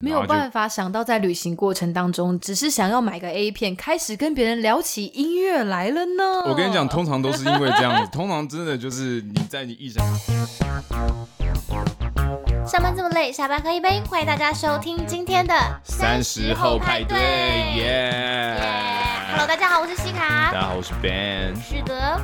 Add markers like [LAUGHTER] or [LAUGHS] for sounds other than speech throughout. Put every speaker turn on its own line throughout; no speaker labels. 没有办法想到在旅行过程当中，只是想要买个 A 片，开始跟别人聊起音乐来了呢。
我跟你讲，通常都是因为这样 [LAUGHS] 子，通常真的就是你在你一生。
上班这么累，下班喝一杯，欢迎大家收听今天的
三十后派对，
耶
耶
Hello，大家好，我是西
大
卡，
家好，我是 Ben。
是的。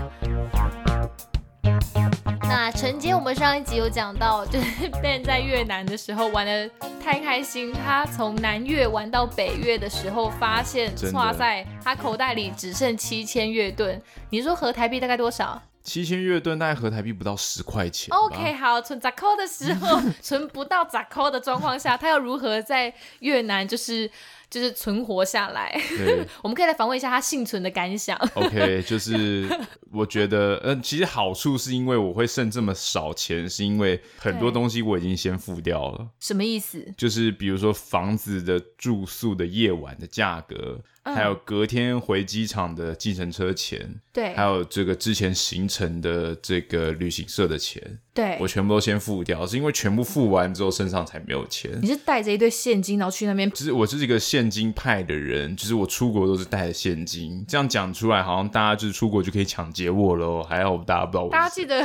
那承接我们上一集有讲到，就是 Ben 在越南的时候玩的太开心，他从南越玩到北越的时候，发现
真的
哇塞，他口袋里只剩七千越盾。你说合台币大概多少
七千乐盾大概合台币不到十块钱吧。
？OK，好，存砸扣的时
[LAUGHS]
候，存不到砸扣的状况下，他要如何在越南就是就是存活下来？ [LAUGHS]
对
我们可以来访问一下他幸存的感想。
[LAUGHS] ，OK，就是我觉得，嗯，其实好处是因为我会剩这么少钱，是因为很多
对
东西我已经先付掉了。
什么意思？
就是比如说房子的住宿的夜晚的价格，
嗯
还有隔天回机场的计程车钱，
对
还有这个之前行程的这个旅行社的钱，
对
我，全部都先付掉，是因为全部付完之后身上才没有钱
你。是带着一堆现金，然后去那边
其实我是一个现金派的人，就是我出国都是带着现金，这样讲出来好像大家就是出国就可以抢劫我喽。还好大家不知道我
大家
是谁，
记 [LAUGHS] 得，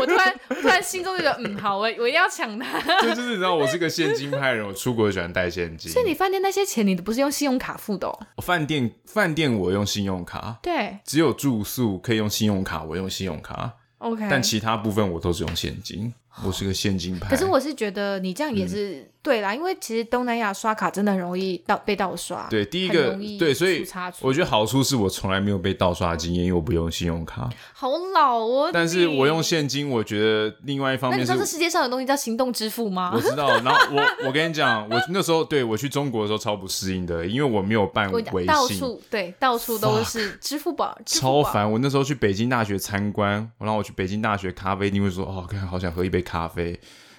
我突然突然心中就觉得，嗯，好，我我一定要抢它。
对， [LAUGHS] 就是你知道我是个现金派的人，我出国就喜欢带现金。
所以你饭店那些钱，你不是用信用卡付的、哦？
饭店饭店我用信用卡，
对
只有住宿可以用信用卡，我用信用卡，
，OK。
但其他部分我都是用现金，我是个现金派。
可是我是觉得你这样
嗯
也是、对啦，因为其实东南亚刷卡真的很容易盗被盗刷。
对第一
很
个
容易
对，所以
出差错
我觉得好处是我从来没有被盗刷的经验，因为我不用信用卡，
好老哦。
但是
你
我用。现金，我觉得另外一方
那你
面
知
是
道。这世界上有东西叫行动支付吗
我？知道，然后我我跟你讲，我那时候对我去中国的时候超不适应的，因为我没有办
我
微
到
信，
处对，到处都是支付宝，支付
超
宝。
烦。我那时候去北京大学参观，然后我去北京大学咖啡厅，会说哦，看好想喝一杯咖啡。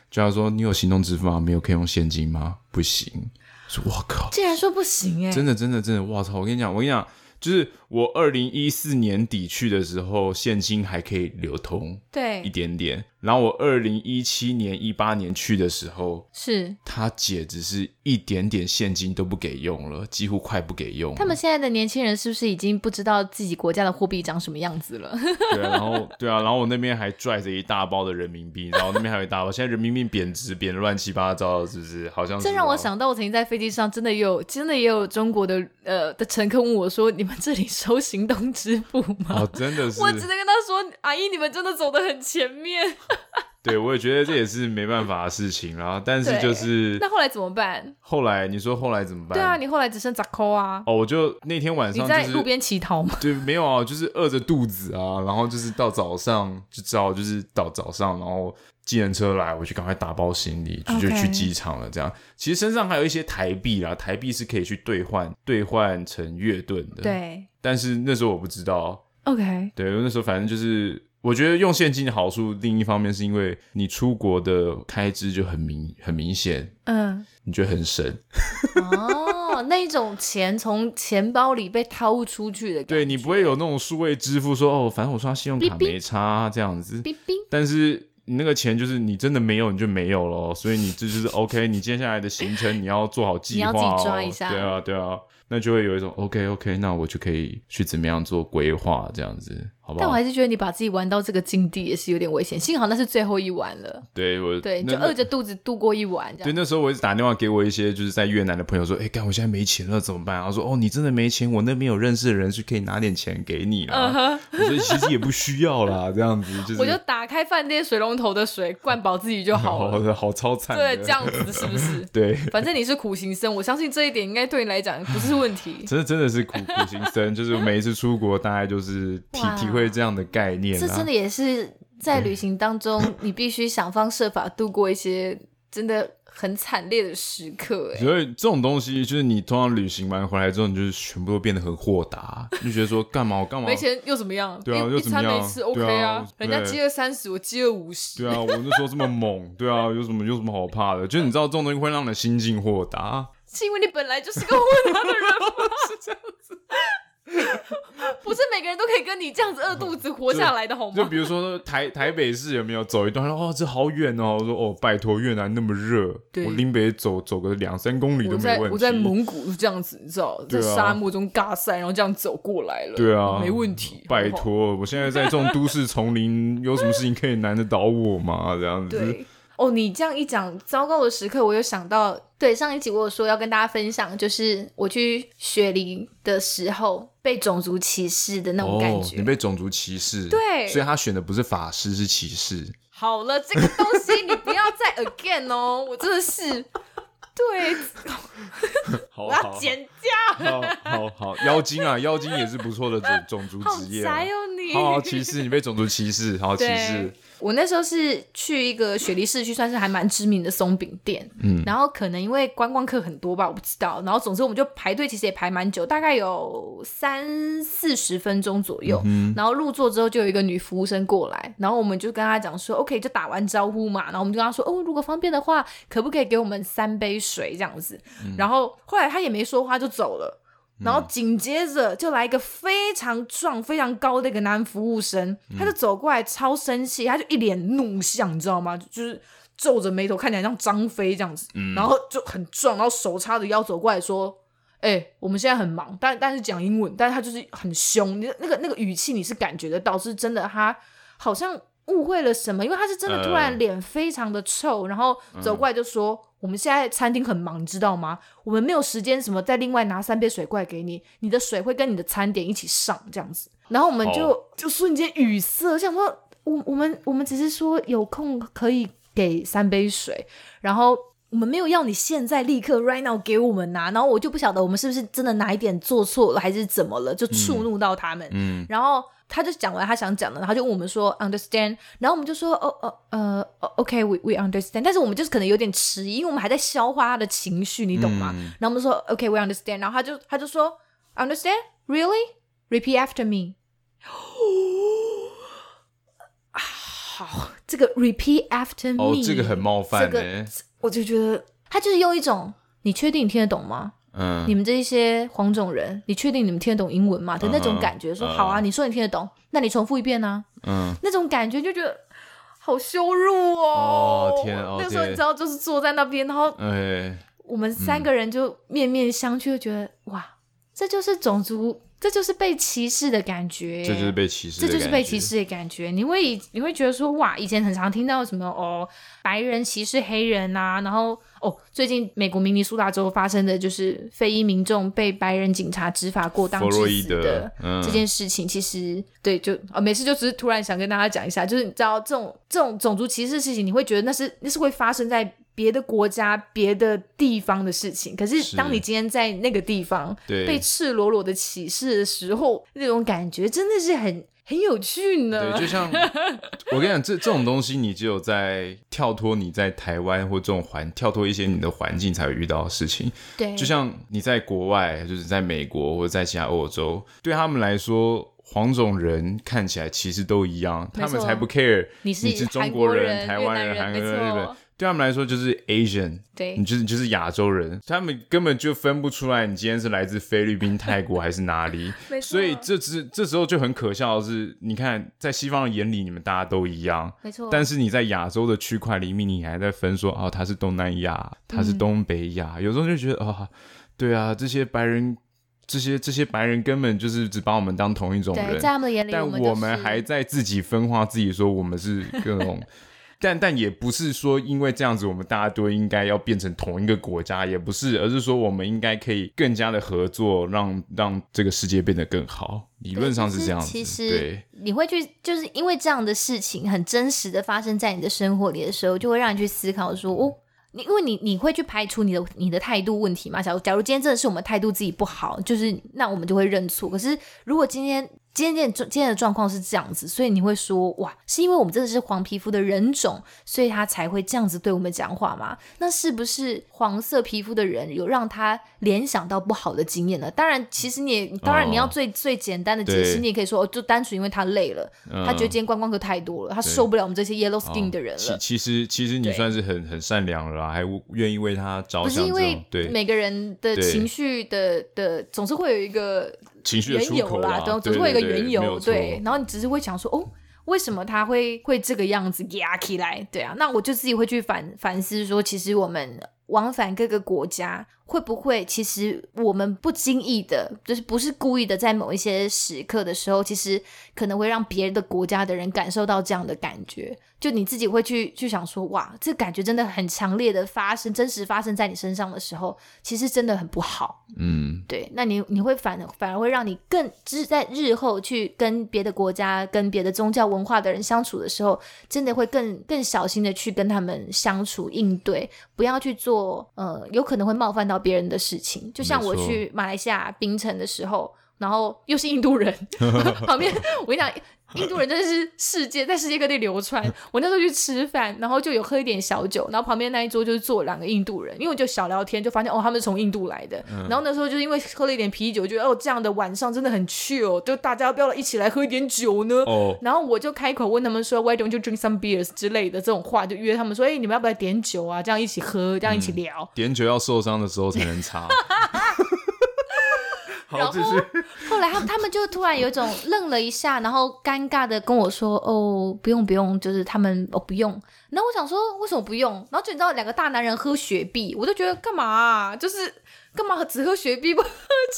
就他说你有行动支付吗？没有，可以用现金吗？不行。说我靠，
竟然说不行哎、
真的真的真的，我操！我跟你讲，我跟你讲，就是我二零一四年底去的时候，现金还可以流通一
对，
点点。然后我二零一七年、一八年去的时候，
是
他姐只是一点点现金都不给用了，几乎快不给用了。
他们现在的年轻人是不是已经不知道自己国家的货币长什么样子了？
对啊，然后对啊，然后我那边还拽着一大包的人民币，然后那边还有一大包，现在人民币贬值，贬得乱七八糟的，是不是？好像是
这让我
哦
想到，我曾经在飞机上真的有，真的也有中国的呃的乘客问我说：“你们这里收行动支付吗？”
哦，真的是，
我只能跟他说：“阿姨，你们真的走得很前面。
对我也觉得这也是没办法的事情啦。但是
对
就是”
[LAUGHS] 那后来怎么办？
后来你说后来怎么办？
对啊，你后来只剩咋扣啊？
哦，我就那天晚
你
上
在
就是
路边乞讨吗？
对，没有啊，就是饿着肚子啊，然后就是到早上就只好就是到早上，然后计程车来，我就赶快打包行李，就就
OK
去机场了。这样，其实身上还有一些台币啦，台币是可以去兑换兑换成月盾的。，
对
但是那时候我不知道，
，OK，
对，那时候反正就是。我觉得用现金的好处，另一方面是因为你出国的开支就很明很明显，
嗯，
你觉得很省。
哦，那一种钱从钱包里被掏出去的感觉，
对你不会有那种数位支付说哦，反正我刷信用卡
哔哔
没差啊这样子。
冰冰。
但是你那个钱就是你真的没有，你就没有咯，所以你这就是
[LAUGHS]
OK，你接下来的行程你要做好计划、哦，
你要自己抓一下
对啊，对啊，那就会有一种 OK OK，那我就可以去怎么样做规划，这样子，好不
但我
好？
还是觉得你把自己玩到这个境地也是有点危险，幸好那是最后一晚了。
对我
对，
那
就
那
饿着肚子度过一晚这
对，
样。
那时候我一直打电话给我一些就是在越南的朋友说，哎、干，我现在没钱了怎么办？然后说，哦，你真的没钱，我那边有认识的人是可以拿点钱给你啦。我说其实也不需要啦，这样子就是
嗯 [LAUGHS] 我就打开饭店水龙头的水，灌饱自己就好了。
好好超惨的，？
对，这样子是不是
对。
反正你是苦行僧，我相信这一点应该对你来讲不是问题。
真的真的是苦苦行僧，就是每一次出国，大概就是体
哇
体会这样的概念、啊。
这真的也是在旅行当中，你必须想方设法度过一些真的很惨烈的时刻。哎，
所以这种东西，就是你通常旅行完回来之后，你就是全部都变得很豁达，就觉得说干嘛我干嘛
没。钱又怎么样？
对啊
一
又
一
怎么
餐
样
没吃
对
OK
啊
啊，
对
人家饥饿三十，我饥饿五十。
对啊，我那时候这么猛，对啊，有什么有什么好怕的？就是你知道这种东西会让你的心境豁达，
是因为你本来就是个混蛋的人吗？是这样
不是每个人都可以跟你这样子饿肚子活下来的好
就
吗？
比如说台台北市有没有走一段？哦，这好远哦！我说哦，拜托，越南那么热，
对
我林北走走个两三公里都
我
没
在
问题。
我在蒙古这样子，你知道，在
对啊
沙漠中嘎塞，然后这样走过来了，
对啊
没问题，
拜
好不好。
托，我现在在这种都市丛林，有什么事情可以难得倒我吗？这样子，
对，哦，你这样一讲，糟糕的时刻，我又想到，
对，上一集我有说要跟大家分享，就是我去雪梨的时候被种族歧视的那种感
哦，
觉。
你被种族歧视，
对
所以他选的不是法师，是骑士。
好了，这个东西你不要再 again 哦，我真的是。对，
好
我要剪掉，
好好好，妖精啊，妖精也是不错的
[LAUGHS]
种种
好
族职业啊。
宅哦你。
好好歧视，你被种族歧视，好歧视
对，
我那时候是去一个雪梨市区，算是还蛮知名的松饼店，
嗯
然后可能因为观光客很多吧，我不知道。然后总之我们就排队，其实也排蛮久，大概有三四十分钟左右。
嗯
然后入座之后就有一个女服务生过来，然后我们就跟她讲说，OK，就打完招呼嘛。然后我们就跟她说，哦，如果方便的话，可不可以给我们三杯水这样子？
嗯
然后后来她也没说话就走了。然后紧接着就来一个非常壮、非常高的一个男服务生，他就走过来，超生气，他就一脸怒相，你知道吗？就就是皱着眉头，看起来像张飞这样子，然后就很壮，然后手叉着腰走过来说：“哎、我们现在很忙，但但是讲英文，但是他就是很凶，你那个那个语气你是感觉得到，是真的，他好像误会了什么，因为他是真的
呃
突然脸非常的臭，然后走过来就说。我们现在餐厅很忙，你知道吗？我们没有时间什么再另外拿三杯水过来给你，你的水会跟你的餐点一起上这样子。然后我们就、就瞬间语塞，想说我我们我们只是说有空可以给三杯水，然后我们没有要你现在立刻 right now 给我们拿，然后我就不晓得我们是不是真的哪一点做错了还是怎么了，就触怒到他们。
嗯，
然后他就讲完他想讲的，然后他就问我们说 understand，然后我们就说哦哦呃哦 OK，we we understand，但是我们就是可能有点迟疑，因为我们还在消化他的情绪，你懂吗？
嗯
然后我们说 OK，we、understand，然后他就他就说 understand really，repeat after me。好，这个 repeat after me，、
哦，这个很冒
这
犯欸
个
呢。
我就觉得他就是用一种你确定你听得懂吗？
嗯，
你们这一些黄种人，你确定你们听得懂英文吗？的那种感觉，说
嗯
好啊，你说你听得懂，那你重复一遍呢、
嗯，
那种感觉就觉得好羞辱哦。
哦天哦
那个时候
天
你知道，就是坐在那边，然后
哎，
我们三个人就面面相觑，就觉得、哇，这就是种族，这就是被歧视的感觉，
这就是被歧视，
这就是被歧。视的感觉。你会以你会觉得说，哇，以前很常听到什么哦，白人歧视黑人呐、然后哦，最近美国明尼苏达州发生的就是非裔民众被白人警察执法过当
弗洛
致
伊
死
德
的
嗯
这件事情，其实对，就哦，没事，就只是突然想跟大家讲一下，就是你知道这种这种种族歧视的事情，你会觉得那是那是会发生在。别的国家、别的地方的事情，可是
是
当你今天在那个地方，
对
被赤裸裸的歧视的时候，那种感觉真的是很很有趣呢
对，。就
[LAUGHS]
像我跟你讲，这这种东西，你只有在跳脱你在台湾或这种环，跳脱一些你的环境才会遇到的事情。
对，
就像你在国外，就是在美国或者在其他欧洲，对他们来说。黄种人看起来其实都一样，
没错
他们才不 care
你是
是中
韩
国
国
人、
人
台
越
湾
南人
韩国人、嗯
没
日
错
本，对他们来说就是 Asian，
对
你就是你就是亚洲人，他们根本就分不出来你今天是来自菲律宾、泰国还是哪里。
[LAUGHS] 没错
所以这只这时候就很可笑的是，你看在西方人眼里你们大家都一样，
没错，
但是你在亚洲的区块里面，你还在分说哦，他是东南亚，
嗯
他是东北亚，有时候就觉得啊、对啊，这些白人，这些这些白人根本就是只把我们当同一种
对，
人
在，他们的眼里，
但
们
我
我
们还
是
在自己分化自己，说我们是各
[LAUGHS]
种。但但也不是说因为这样子，我们大家都应该要变成同一个国家，也不是，而是说我们应该可以更加的合作，让让这个世界变得更好。理论上是这样子，
其实
对，
你会去，就是因为这样的事情很真实的发生在你的生活里的时候，就会让你去思考说，哦，你因为你你会去排除你的你的态度问题嘛？假如假如今天真的是我们态度自己不好，就是那我们就会认错。可是如果今天今天的今天的状况是这样子，所以你会说哇，是因为我们真的是黄皮肤的人种，所以他才会这样子对我们讲话吗？那是不是黄色皮肤的人有让他联想到不好的经验呢？当然，其实你也当然你要
哦
最、最简单的解释，
对
你也可以说哦，就单纯因为他累了，
嗯
他觉得今天观光客太多了，他受不了我们这些 yellow skin 的人了。
啊其其实其实你
对
算是很很善良了啦，还愿意为他着
不是
想这
因为
种。对，
每个人的
对
情绪的的，总是会有一个
情绪的
缘
出
由
口啊
啦，
对，
总是会有一个
对
缘
没
由，
有错
对。然后你只是会想说，哦，为什么他会会这个样子压起来？对啊，那我就自己会去反反思说，其实我们往返各个国家，会不会其实我们不经意的，就是不是故意的，在某一些时刻的时候，其实可能会让别的国家的人感受到这样的感觉。就你自己会去去想说，哇，这感觉真的很强烈的发生，真实发生在你身上的时候，其实真的很不好。
嗯，
对，那你你会反反而会让你更就是在日后去跟别的国家、跟别的宗教文化的人相处的时候，真的会更更小心的去跟他们相处应对，不要去做呃有可能会冒犯到别人的事情。就像
没
我
错
去马来西亚槟城的时候，然后又是印度人， [LAUGHS] 旁边我跟你讲，印度人真的是世界在世界各地流传。我那时候去吃饭，然后就有喝一点小酒，然后旁边那一桌就是坐两个印度人，因为我就小聊天，就发现哦他们是从印度来的。然后那时候就是因为喝了一点啤酒，觉得哦这样的晚上真的很 chill，就大家要不要一起来喝一点酒呢？
哦，
然后我就开口问他们说，Why don't you drink some beers 之类的这种话，就约他们说，哎、你们要不要点酒啊？这样一起喝，这样一起聊。
点酒要受伤的时候才能
[LAUGHS]
擦。 [LAUGHS] 好，继续。
后来他他们就突然有一种愣了一下，然后尴尬的跟我说：“哦，不用不用，就是他们哦不用。”然后我想说为什么不用？然后就你知道两个大男人喝雪碧，我就觉得干嘛啊、就是干嘛只喝雪碧不喝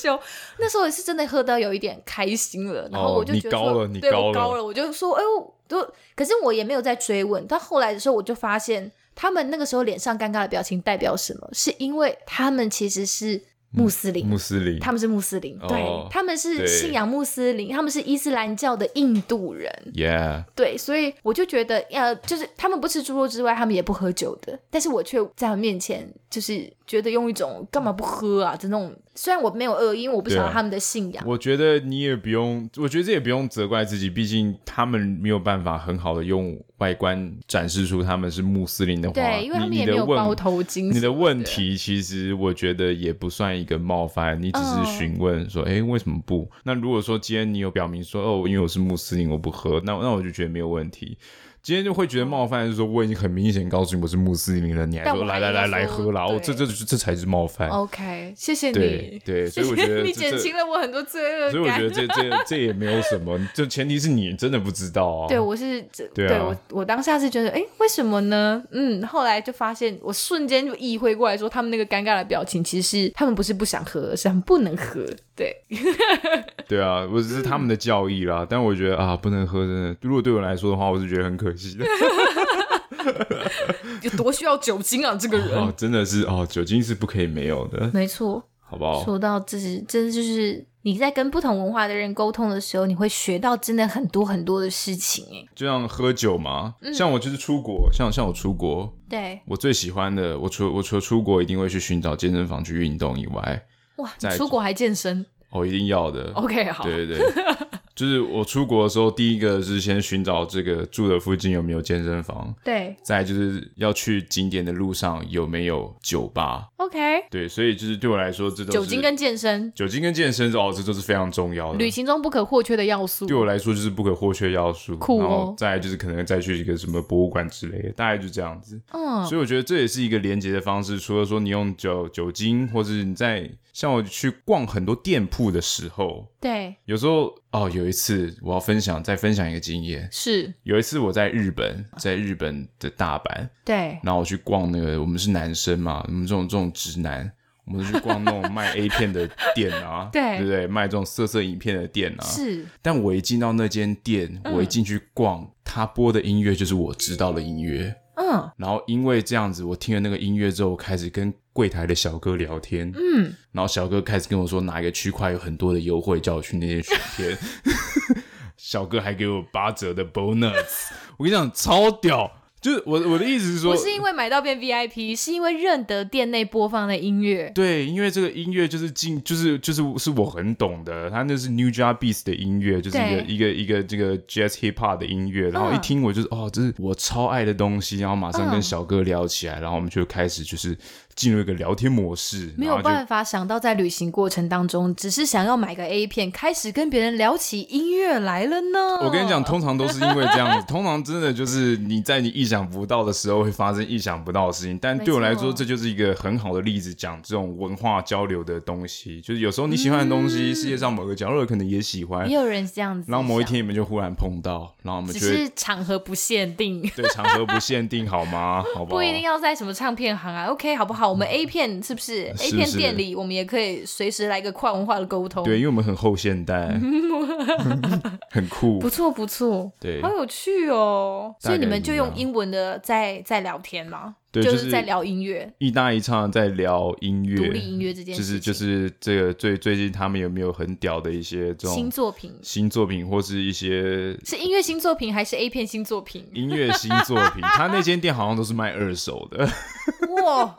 酒？ [LAUGHS] 那时候也是真的喝到有一点开心了，然后我就觉得
哦你高
说，
了你
对
高
我
了
高了，我就说哎呦，就可是我也没有再追问。到后来的时候，我就发现他们那个时候脸上尴尬的表情代表什么？是因为他们其实是穆斯林。
穆斯林，
他们是穆斯林，
嗯哦
对，他们
对
是信仰穆斯林，他们是伊斯兰教的印度人，
Yeah，
对，啊所以我就觉得，呃，就是他们不吃猪肉之外，他们也不喝酒的，但是我却在他们面前，就是觉得用一种干嘛不喝啊的那种，虽然我没有恶意，因为我不
对啊
晓得他们的信仰，
我觉得你也不用，我觉得这也不用责怪自己，毕竟他们没有办法很好的用外观展示出他们是穆斯林的话，
对，因为他们
你
也
你的
没有
问
包头巾，
你的问题其实我觉得也不算一个冒犯，你只
嗯
是询问说，哎、为什么不？那如果说今天你有表明说，哦，因为我是穆斯林，我不喝，那那我就觉得没有问题。今天就会觉得冒犯，就是说我已经很明显告诉你我是穆斯林了，你还
但
说
我
来
还
来来
要
来
说
喝啦，哦，这
对
这这这才是冒犯。
，OK，谢谢
对
你，
对，所
谢
以我觉
谢
得
你
这
减
这
轻了我很多罪恶
所以我觉得
感。
这这这也没有什么，就前提是你真的不知道啊。
对，我是这，
对啊
我我当下是觉得，哎，为什么呢？嗯，后来就发现，我瞬间就意会过来说，他们那个尴尬的表情，其实是他们不是不想喝，而是他们不能喝。对，
[LAUGHS] 对啊，我只是他们的教义啦。但我觉得啊，不能喝，真的。如果对我来说的话，我是觉得很可惜的。 [LAUGHS]
有多需要酒精啊？这个人
[LAUGHS] 哦，真的是哦，酒精是不可以没有的，
没错。
好不好？
说到这是，真的就是你在跟不同文化的人沟通的时候，你会学到真的很多很多的事情。哎，
就像喝酒嘛，像我就是出国，像像我出国，
对，
我最喜欢的，我除我除了出国一定会去寻找健身房去运动以外，
哇，
在
你出国还健
[LAUGHS]
身
哦，一定要的。
，OK，好，
对对 [LAUGHS] 对，就是我出国的时候，第一个是先寻找这个住的附近有没有健身房，
对
再来就是要去景点的路上有没有酒吧。
，OK，
对，所以就是对我来说，这都是
酒精跟健身，
酒精跟健身哦，这都是非常重要的。
旅行中不可或缺的要素。
对我来说就是不可或缺要素，
酷哦
然后再来就是可能再去一个什么博物馆之类的，大概就这样子。
嗯，
所以我觉得这也是一个连接的方式，除了说你用酒酒精，或者你在像我去逛很多店铺的时候，
对，
有时候哦，有一次我要分享再分享一个经验，
是，
有一次我在日本，在日本的大阪，
对，
然后我去逛那个，我们是男生嘛，我们这种这种直男，我们就去逛那种
[LAUGHS]
卖 A 片的店啊，
对
对不对？卖这种色色影片的店啊。
是，嗯
但我一进到那间店，我一进去逛，他播的音乐就是我知道的音乐。
嗯，
然后因为这样子，我听了那个音乐之后，我开始跟柜台的小哥聊天，
嗯。
然后小哥开始跟我说哪一个区块有很多的优惠，叫我去那些选
[LAUGHS]
片。小哥还给我八折的 bonus，我跟你讲超屌。就是我我的意思是说，
不是因为买到变 VIP，是因为认得店内播放的音乐。
对，因为这个音乐就是进，就是就是是我很懂的，它那是 New Jack Beats 的音乐，就是一个
对
一个一个这个 Jazz Hip Hop 的音乐，然
嗯
后一听我就是、哦，这是我超爱的东西，然后马上跟
嗯
小哥聊起来，然后我们就开始就是进入一个聊天模式，
没
然
有
后就
办法想到在旅行过程当中，只是想要买个 A 片，开始跟别人聊起音乐来了呢。
我跟你讲，，通常都是因为这样子，通常真的就是你在你意想不到的时候会发生意想不到的事情。但对我来
没
说，
错
这就是一个很好的例子，讲这种文化交流的东西。就是有时候你喜欢的东
嗯
西，世界上某个角落可能也喜欢
也，有人是这样子想，
然后某一天你们就忽然碰到，然后我们
只
就会
是场合不限
[LAUGHS]
定，
对场合不限定，好
[LAUGHS]
吗？好不好？
不一定要在什么唱片行啊。OK，好不好？我们 A 片是不是
嗯是
A 片店里，我们也可以随时来个跨文化的沟通。
对，因，为我们很后现
[LAUGHS]
代，很酷
不。错不错，
对
好有趣哦。
大
所
概
以你们就
是
用
这样
英文的在在聊天嘛，
对
就
就是
在聊音乐、
一搭一唱在聊音
独
乐，
立音乐这件
就
事
是就
情，
是这个最最近他们有没有很屌的一些这种
新作品。
新作品或是一些
是音乐新作品还是 A 片新作品？
音乐新作
[LAUGHS]
品。他那间店好像都是卖二手的，
哇，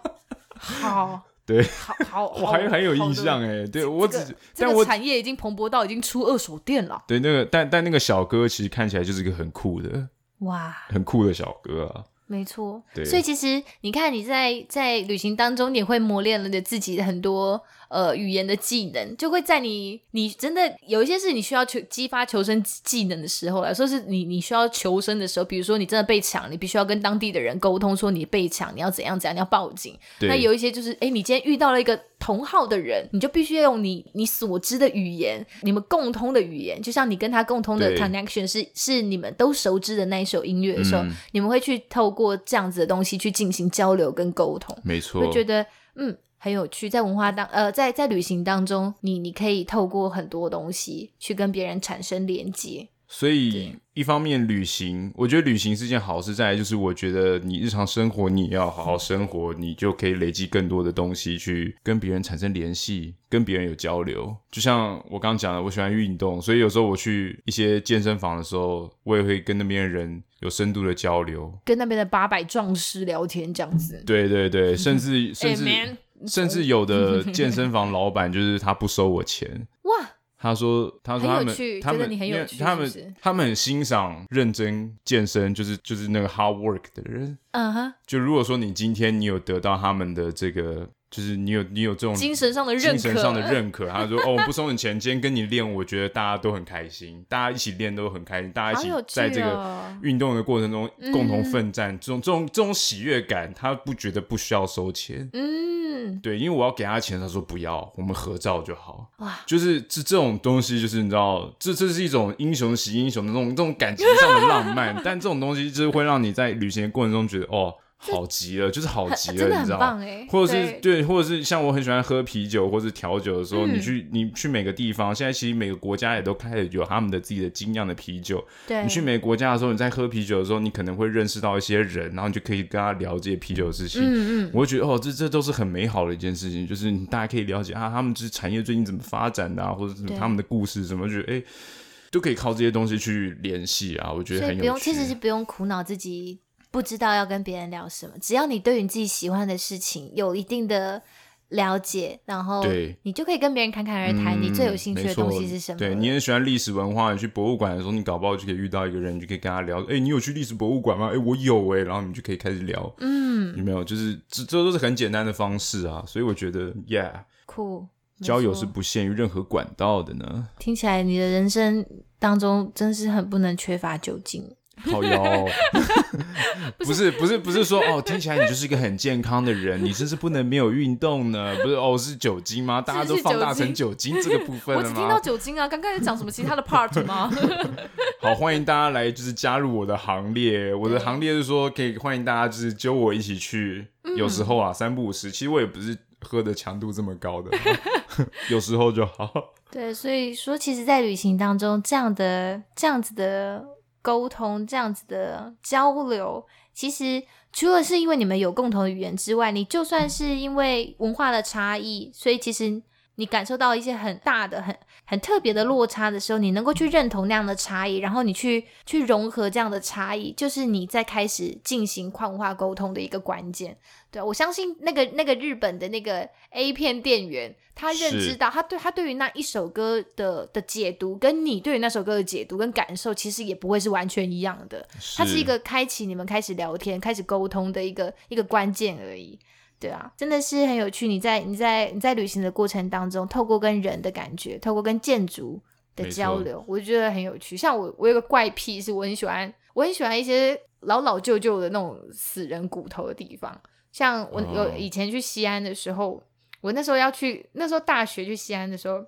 好，
对
好好，
我
好
还很有
哦好
印
的
象哎、对我只、
这个这
但
个
我
产业已经蓬勃到已经出二手店了。
对那个但但那个小哥其实看起来就是一个很酷的
哇，
很酷的小哥啊，
没错。
对，
所以其实你看，你在在旅行当中，你也会磨练了你自己的很多呃语言的技能，就会在你你真的有一些是你需要求激发求生技能的时候来说，是你你需要求生的时候，比如说你真的被抢，你必须要跟当地的人沟通说你被抢，你要怎样怎样，你要报警。
对
那有一些就是，哎，你今天遇到了一个同号的人，你就必须要用你你所知的语言，你们共通的语言，就像你跟他共通的
对
connection 是是你们都熟知的那一首音乐的时候，
嗯
你们会去透过这样子的东西去进行交流跟沟通，
没错
会，觉得嗯很有趣。在文化当呃在在旅行当中，你你可以透过很多东西去跟别人产生连接。
所以一方面旅行，我觉得旅行是件好事，在来就是我觉得你日常生活你也要好好生活，你就可以累积更多的东西去跟别人产生联系，跟别人有交流。就像我刚刚讲的，我喜欢运动，所以有时候我去一些健身房的时候，我也会跟那边的人有深度的交流。
嗯
跟那边的八百壮士聊天这样子。
对对对，
嗯
甚至甚至、
man
甚至有的健身房老板就是他不收我钱，
哇，
他说：“他
很
说
有
他们
趣
他
觉得
们
你很有
因为
趣
他们
是不是
他们很欣赏认真健身，就是就是那个 hard work 的人。
嗯哼，
就如果说你今天你有得到他们的这个，就是你有你有这种
精神上的认
嗯精
可，
神上的认可，他说：哦，我不收你钱，今天跟你练，我觉得大家都很开心，大家一起练都很开心，大家
好
一起
有趣
在这个
哦。嗯
运动的过程中共同奋战，这种这种这种喜悦感，他不觉得不需要收钱。”
嗯，
对，因为我要给他钱，他说不要，我们合照就好。
哇，
就是这这种东西，就是你知道，这这是一种英雄惜英雄的那种这种感情上的
[LAUGHS]
浪漫，但这种东西就是会让你在旅行的过程中觉得哦，好极了，就是好极
真的
了，你
很
知道
棒。哎，
或者是对，或者是像我很喜欢喝啤酒或者调酒的时
嗯
候，你去你去每个地方，现在其实每个国家也都开始有他们的自己的精酿的啤酒，
对，
你去每个国家的时候，你在喝啤酒的时候，你可能会认识到一些人，然后你就可以跟他聊这些啤酒的事情。嗯嗯，我会觉得哦，这这都是很美好的一件事情，就是你大家可以了解啊，他们这产业最近怎么发展的啊，或者是他们的故事怎么，觉得哎，都可以靠这些东西去联系啊，我觉得
所以
很
不
有
用，
趣
其。实是不用苦恼自己不知道要跟别人聊什么，只要你对于你自己喜欢的事情有一定的了解，然后
对
你就可以跟别人侃侃而谈，你最有兴趣的东西是什么。
嗯
嗯
对你很喜欢历史文化，你去博物馆的时候，你搞不好就可以遇到一个人，你就可以跟他聊。哎、你有去历史博物馆吗？哎、我有哎、然后你们就可以开始聊。嗯，有没有？就是这这都是很简单的方式啊，所以我觉得，yeah，
酷，没
交友
错
是不限于任何管道的呢。 [LAUGHS]
听起来你的人生当中真是很不能缺乏酒精。
靠腰、不是不是不是说哦，听起来你就是一个很健康的人，你甚至不能没有运动呢？不是哦，是酒精吗？大家都
是
放大
酒
成
精
酒精这个部分
我
[LAUGHS]
了
只
吗？
听到酒精啊，刚刚有讲什么其他的 part 吗？
好，欢迎大家来，就是加入我的行列。我的行列是说，可以欢迎大家就是揪我一起去。有时候啊，三不五时，其实我也不是喝的强度这么高的，啊有时候就好。
对，所以说，其实，在旅行当中，这样的、这样子的沟通、这样子的交流，其实除了是因为你们有共同的语言之外，你就算是因为文化的差异，所以其实你感受到一些很大的、很很特别的落差的时候，你能够去认同那样的差异，然后你去去融合这样的差异，就是你在开始进行跨文化沟通的一个关键。对，我相信那个那个日本的那个 A 片店员，他认
是
知到他对他对于那一首歌的的解读，跟你对于那首歌的解读跟感受，其实也不会是完全一样的。它是一个开启你们开始聊天、开始沟通的一个一个关键而已。对啊，真的是很有趣。你在你在你在旅行的过程当中，透过跟人的感觉，透过跟建筑的
没错
交流，我觉得很有趣。像我，我有个怪癖，是我很喜欢，我很喜欢一些老老旧旧的那种死人骨头的地方。像我
哦
有以前去西安的时候，我那时候要去，那时候大学去西安的时候，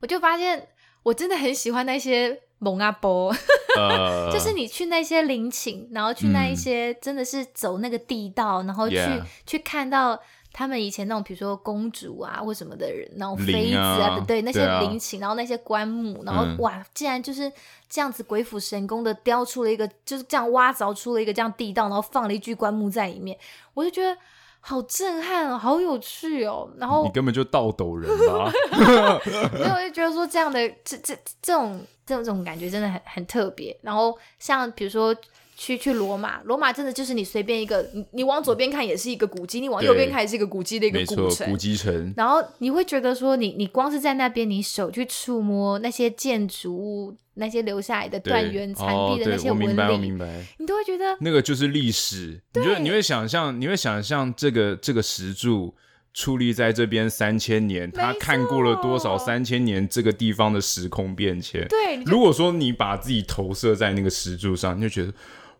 我就发现我真的很喜欢那些蒙阿波。
呃，
就是你去那些陵寝，然后去那一些真的是走那个地道，然后去
嗯 Yeah
去看到他们以前那种，比如说公主啊或什么的人，然后妃
陵
子
啊
对那些
对啊
陵寝，然后那些棺木，然后、
嗯
哇，竟然就是这样子鬼斧神工的雕出了一个，就是这样挖凿出了一个这样地道，然后放了一具棺木在里面，我就觉得好震撼哦，好有趣哦，然后
你根本就倒斗人吧？
所以我就觉得说这样的这这这种这种这种感觉真的很很特别。然后像比如说去去罗马，罗马真的就是你随便一个，你你往左边看也是一个古迹，你往右边看也是一个古迹的一个
没错
古，
古
城。
籍城，
然后你会觉得说你，你光是在那边，你手去触摸那些建筑物、那些留下来的
对
断垣残
哦
壁的
对
那些
我
纹
明白，我明
理，
白。
你都会觉得
那个就是历史，你就你会想象，你会想象这个这个石柱矗立在这边三千年，他看过了多少三千年这个地方的时空变迁？
对你就
如果说你把自己投射在那个石柱上，你就觉得，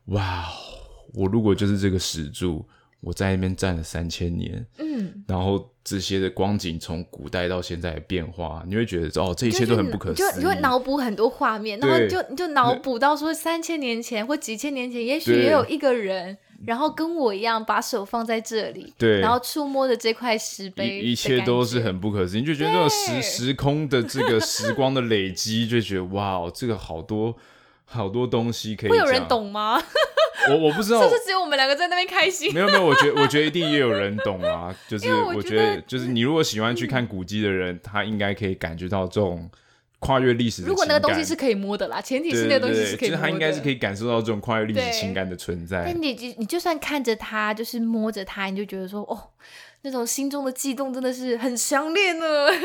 哇，我如果就是这个石柱，我在那边站了三千年，
嗯，
然后这些的光景从古代到现在的变化，你会觉得哦，这一
就
切都
是
很
你
不可
你
思
就
议
你。会脑补很多画面，然后
对
你就你就脑补到说三千年前或几千年前，也许
对
也有一个人，然后跟我一样把手放在这里，
对
然后触摸着这块石碑的感觉，
一一切都是很不可思议，你就觉得这个时时空的这个时光的累积，就觉得哇哦，这个好多好多东西可以。
会有人？懂吗？
我我不知
[LAUGHS]
道
就，是只有我们两个在那边开心。
没有没有，我觉得我觉得一定也有人懂啊。就是
因为我
我
觉
觉
得嗯
得，就是你如果喜欢去看古迹的人，他应该可以感觉到这种跨越历史的情感。
如果那个东西是可以摸的啦，前提
对
是那
对
个东西
对
是可
对，
以摸
就是
的。
他应该是可以感受到这种跨越历
对
史情感的存在。
但你就你就算看着它，就是摸着它，你就觉得说，哦，那种心中的悸动真的是很强烈呢。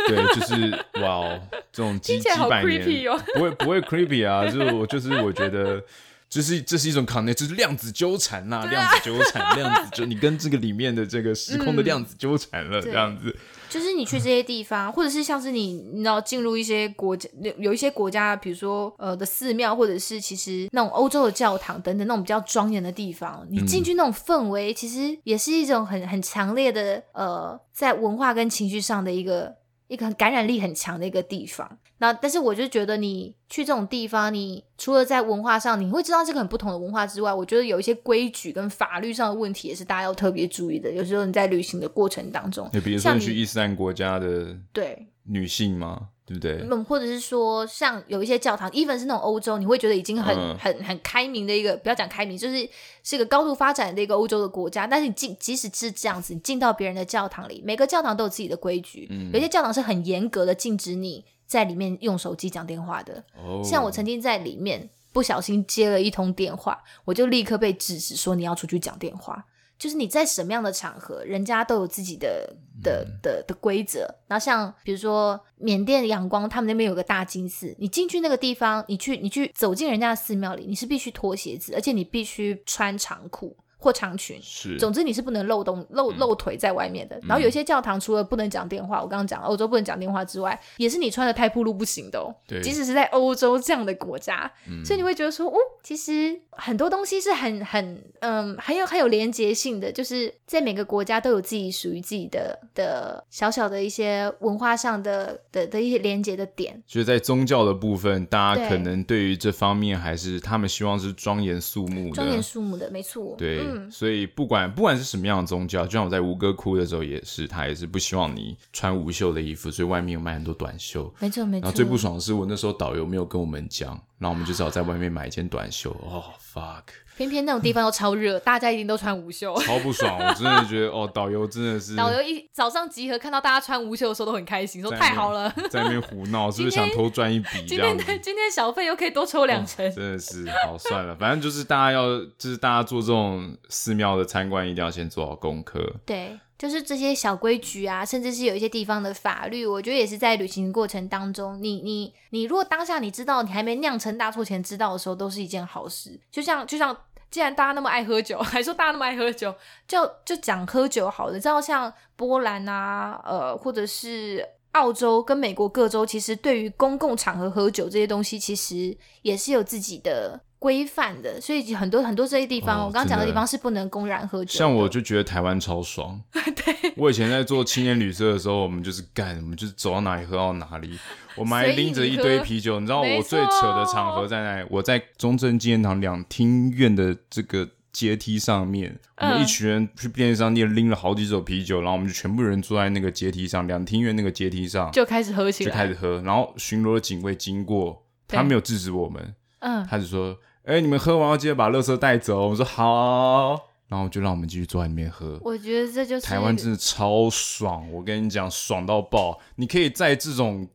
对，就是哇哦，这种几
听起
几
来好
百
creepy
年、
哦
不会不会 creepy 啊，就是我就是我觉得。就是这是一种 connect，就是量子纠缠啦、
啊
量子纠缠，量子纠，你跟这个里面的这个时空的量子纠缠了，
嗯对
这样子。
就是你去这些地方，或者是像是你，你知道进入一些国家，有有一些国家，比如说呃的寺庙，或者是其实那种欧洲的教堂等等那种比较庄严的地方，你进去那种氛围，其实也是一种很很强烈的呃，在文化跟情绪上的一个一个很感染力很强的一个地方。那但是我就觉得你去这种地方，你除了在文化上你会知道这个很不同的文化之外，我觉得有一些规矩跟法律上的问题也是大家要特别注意的。有时候你在旅行的过程当中，
你比如说
像
你去
你
伊斯兰国家的
对，
女性嘛，对不对？
嗯，或者是说像有一些教堂，even 是那种欧洲，你会觉得已经很、
嗯
很很开明的一个，不要讲开明，就是是一个高度发展的一个欧洲的国家。但是你进，即使是这样子，你进到别人的教堂里，每个教堂都有自己的规矩，
嗯
有些教堂是很严格的禁止你在里面用手机讲电话的。
哦，
像我曾经在里面不小心接了一通电话，我就立刻被制止说你要出去讲电话。就是你在什么样的场合，人家都有自己的的的的规则。然后像比如说缅甸仰光，他们那边有个大金寺，你进去那个地方，你去你去走进人家的寺庙里，你是必须脱鞋子，而且你必须穿长裤或长裙。
是嗯
总之你是不能露东露露腿在外面的。然后有些教堂除了不能讲电话，我刚刚讲了欧洲不能讲电话之外，也是你穿的太暴露不行的哦。
对嗯
即使是在欧洲这样的国家，所以你会觉得说，哦，其实很多东西是很很嗯很有很有连结性的，就是在每个国家都有自己属于自己的的小小的一些文化上的的的一些连结的点。
就是在宗教的部分，大家
对
可能对于这方面还是他们希望是庄严肃穆的，
庄严肃穆的，没错。
啊对，
嗯，
所以不管不管是什么样的宗教，就像我在吴哥窟的时候也是，他也是不希望你穿无袖的衣服，所以外面有卖很多短袖。
没错没
然
错。
后最不爽的是，我那时候导游没有跟我们讲，然后我们就只好在外面买一件短袖。哦、fuck，
偏偏那种地方都超热，大家一定都穿无袖。
超不爽！我真的觉得，哦，导游真的是
导游一早上集合看到大家穿无袖的时候都很开心，说
嗯在那边
太好了，
在那边胡闹，是不
今
是
天
想偷赚一笔这
今
样
天
子？
的今天小费又可以多抽两成。
真的是好算了，反正就是大家要，就是大家做这种寺庙的参观，一定要先做好功课。
对，就是这些小规矩啊，甚至是有一些地方的法律，我觉得也是在旅行过程当中，你你你，如果当下你知道你还没酿成大错前知道的时候，都是一件好事。就像就像既然大家那么爱喝酒， [LAUGHS] 还说大家那么爱喝酒，就就讲喝酒好了。你知道像波兰啊，呃，或者是澳洲跟美国各州，其实对于公共场合喝酒这些东西，其实也是有自己的规范的。所以很多很多这些地方，
哦
我刚刚讲的
真的
地方是不能公然喝酒的。
像我就觉得台湾超
[LAUGHS]
爽。对， [LAUGHS] 我以前在做青年旅社的时候，我们就是干，我们就是走到哪里喝到哪里，我们还
随意
拎着
你
一
喝
堆啤酒。你知道
没
我最扯的场合
错
在哪里？我在中正纪念堂两厅院的这个。阶梯上面，我
嗯
们一群人去便利商店拎了好几手啤酒，然后我们就全部人坐在那个阶梯上，两厅院那个阶梯上，
就开始喝起
就
来，
开始喝，然后巡逻的警卫经过，
对
他没有制止我们，
嗯，
他就说：“哎、你们喝完要记得把垃圾带走。”我们说：“好。”然后就让我们继续坐在里面喝。
我觉得这就是
台湾真的超爽，我跟你讲，爽到爆！你可以在这种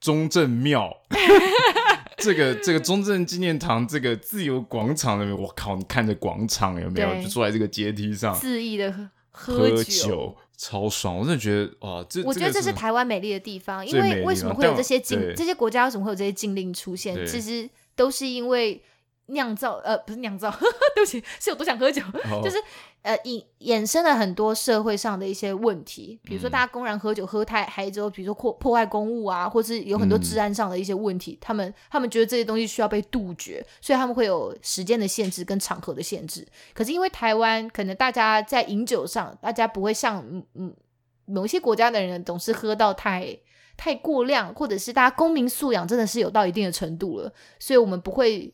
中正庙。
[LAUGHS]
这个这个中正纪念堂这个自由广场那边，我靠！你看着广场有没有？
对
就坐在这个阶梯上
肆意的喝喝
喝酒，超爽！我真的觉得哇，这
我觉得这是
个
台湾美丽的地方，因
最美的
为
地
为什么
方
会有
但
这些禁
对
这些国家为什么会有这些禁令出现
对？
其实都是因为酿造呃不是酿造， [LAUGHS] 对不起，是有多想喝酒，
哦
就是呃引衍生了很多社会上的一些问题，比如说
嗯
大家公然喝酒喝太嗨之后，比如说破破坏公物啊，或是有很多
嗯
治安上的一些问题，他们他们觉得这些东西需要被杜绝，所以他们会有时间的限制跟场合的限制。可是因为台湾可能大家在饮酒上，大家不会像嗯嗯某一些国家的人总是喝到太。太过量，或者是大家公民素养真的是有到一定的程度了，所以我们不会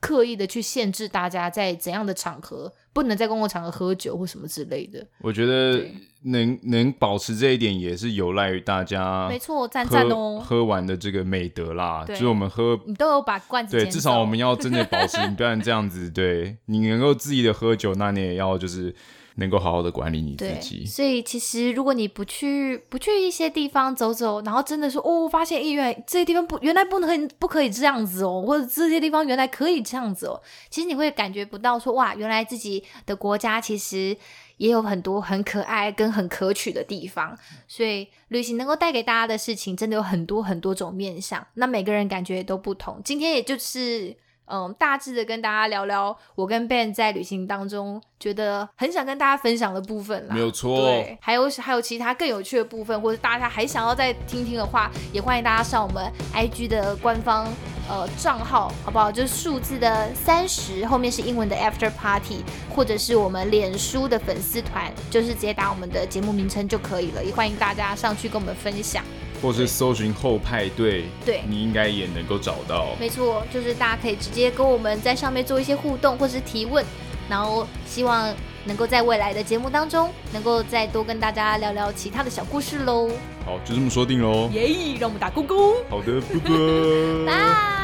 刻意的去限制大家在怎样的场合不能在公共场合喝酒或什么之类的。
我觉得
对
能能保持这一点，也是有赖于大家
没错，赞赞
喝
哦，
喝完的这个美德啦。就
对
是我们喝，
你都有把罐子
对，
捡
至少我
走
们要真的保
[LAUGHS]
持，你不然这样子，对你能够自己的喝酒，那你也要就是能够好好的管理你自
对，
己。
所以其实如果你不去不去一些地方走走，然后真的说哦，发现哎，原来这些地方不原来不能不可以这样子哦，或者这些地方原来可以这样子哦，其实你会感觉不到说哇，原来自己的国家其实也有很多很可爱跟很可取的地方。所以旅行能够带给大家的事情，真的有很多很多种面向，那每个人感觉也都不同。今天也就是。嗯，大致的跟大家聊聊我跟 Ben 在旅行当中觉得很想跟大家分享的部分啦。
没有错
对，还有还有其他更有趣的部分，或者大家还想要再听听的话，也欢迎大家上我们 IG 的官方呃账号，好不好？就是数字的三十后面是英文的 After Party，或者是我们脸书的粉丝团，就是直接打我们的节目名称就可以了。也欢迎大家上去跟我们分享。
或是搜寻后派对，
对
你应该也能够找到。
没错，就是大家可以直接跟我们在上面做一些互动或是提问，然后希望能够在未来的节目当中，能够再多跟大家聊聊其他的小故事喽。
好，就这么说定喽。
耶！让我们打勾勾， [LAUGHS]
好的，拜拜。
拜。